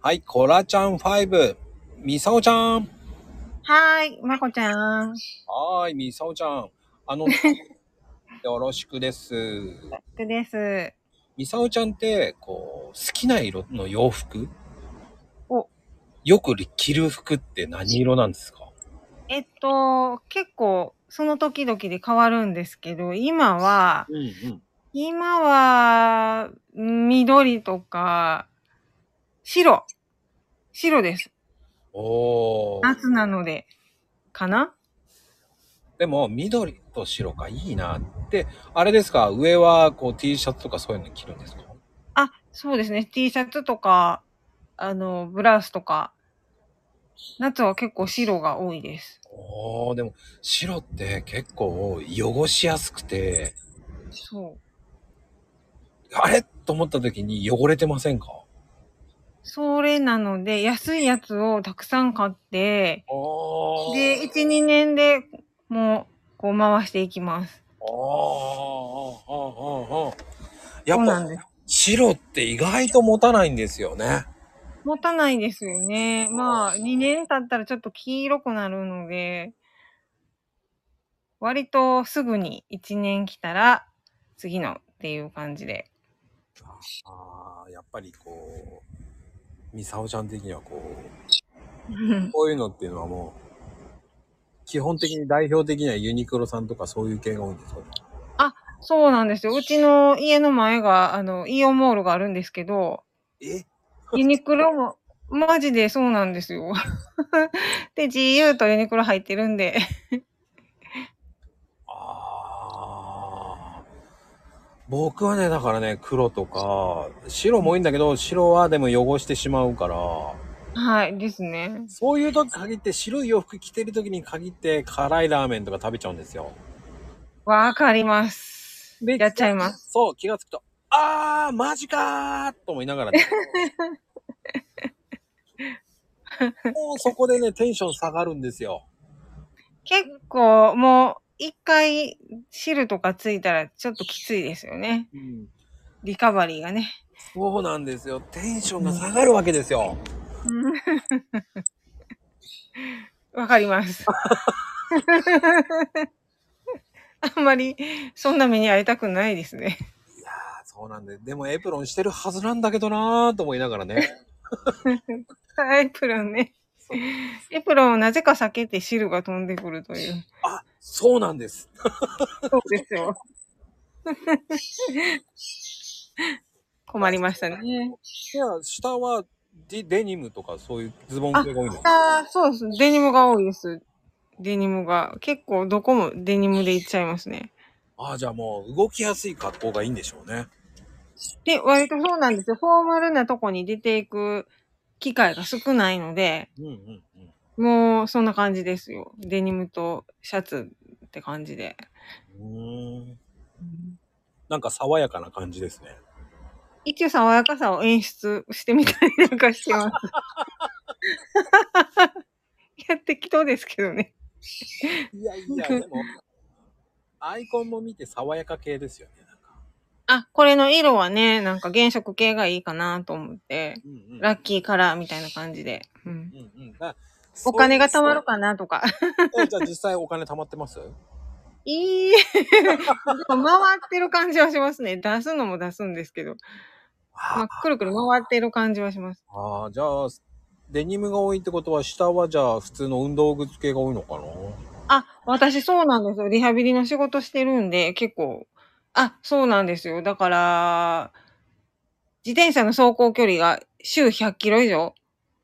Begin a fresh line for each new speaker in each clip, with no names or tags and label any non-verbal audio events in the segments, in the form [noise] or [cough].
はい、コラちゃん5、みさおちゃん。
はーい、まこちゃん。
はーい、みさおちゃん。あ [laughs] の、よろしくです。
くです。
みさおちゃんって、こう、好きな色の洋服
お
よく着る服って何色なんですか
えっと、結構、その時々で変わるんですけど、今は、
うんうん。
今は、緑とか、白。白です。
おー。
夏なので、かな
でも、緑と白がいいなって、あれですか上は、こう、T シャツとかそういうの着るんですか
あ、そうですね。T シャツとか、あの、ブラウスとか、夏は結構白が多いです。
おー、でも、白って結構汚しやすくて、
そう。
あれと思った時に汚れてませんか
それなので、安いやつをたくさん買って、
あ
で、1、2年でもう、こう回していきます。
あああああや
そう
っ
なん
ぱ
です。
白って意外と持たないんですよね。
持たないですよね。まあ、2年経ったらちょっと黄色くなるので、割とすぐに1年来たら、次のっていう感じ [laughs] で。
ああやっぱりこうミサオちゃん的にはこうこういうのっていうのはもう基本的に代表的にはユニクロさんとかそういう系が多いんですか
そうなんですよ。うちの家の前が、あの、イオンモールがあるんですけど、
え
ユニクロも、マジでそうなんですよ。 [laughs] で、GU とユニクロ入ってるんで。
ああ僕はねだからね黒とか白もいいんだけど白はでも汚してしまうから。
はい、ですね。
そういう時限って白い洋服着てる時に限って辛いラーメンとか食べちゃうんですよ。
わかります。
で
やっちゃいます。
そう、気がつくと、あー、マジかーと思いながら [laughs] ね。もうそこでね、テンション下がるんですよ。
結構、もう、一回汁とかついたらちょっときついですよね。
うん、
リカバリーがね。
そうなんですよ。テンションが下がるわけですよ。
わかり [laughs] ます。あんまり、そんな目に遭いたくないですね。
あそうなんで、でもエプロンしてるはずなんだけどなーと思いながらね。
エプロンね。エプロンをなぜか避けて汁が飛んでくるという。
あ、そうなんです。
そうです [laughs] よ。困りましたね。
いや、下はデデニムとかそういうズボン系が多いんです
あーそうです。デニムが多いです。デニムが。結構どこもデニムでいっちゃいますね。
ああ、じゃあもう動きやすい格好がいいんでしょうね。
で、割とそうなんですよ。フォーマルなとこに出ていく機会が少ないので、
うんうんうん。
もうそんな感じですよ。デニムとシャツって感じで。
うーんなんか爽やかな感じですね。
一応爽やかさを演出してみたりなんかしてます。 [laughs] やってきそうですけどね。
いやいや、でも、アイコンも見て爽やか系ですよね。なんか
あ、これの色はね、なんか原色系がいいかなと思って、
うんうん。
ラッキーカラーみたいな感じで。うん
うんうん。あ
お金が貯まるかなとか。
そうえじゃあ実際お金貯まってます
[laughs] い [laughs] い。回ってる感じはしますね。出すのも出すんですけど。
あ
まあ、くるくる回ってる感じはします。
あー、じゃあ、デニムが多いってことは、下はじゃあ普通の運動靴系が多いのかな
あ、私そうなんですよ。リハビリの仕事してるんで、結構。あ、そうなんですよ。だから、自転車の走行距離が週100キロ以上。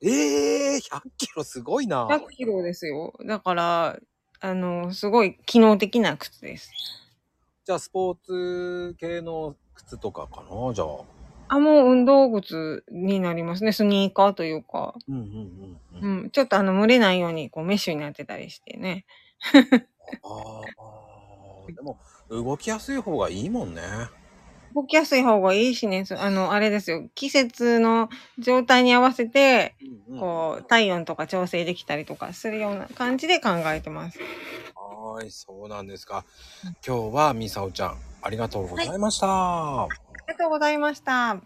ええー、100キロすごいな。
100キロですよ。だから、あの、すごい機能的な靴です。
じゃあスポーツ系の靴とかかなじゃあ。
あ、もう運動靴になりますね。スニーカーというか。
うんうんうんうん。
うん、ちょっとあの、蒸れないように、こう、メッシュになってたりしてね。
ああ、でも動きやすい方がいいもんね。
動きやすい方がいいしね、そあの、あれですよ、季節の状態に合わせて、こう、体温とか調整できたりとかするような感じで考えてます。
はーい、そうなんですか。今日はみさおちゃん、ありがとうございました。
ありがとうございました。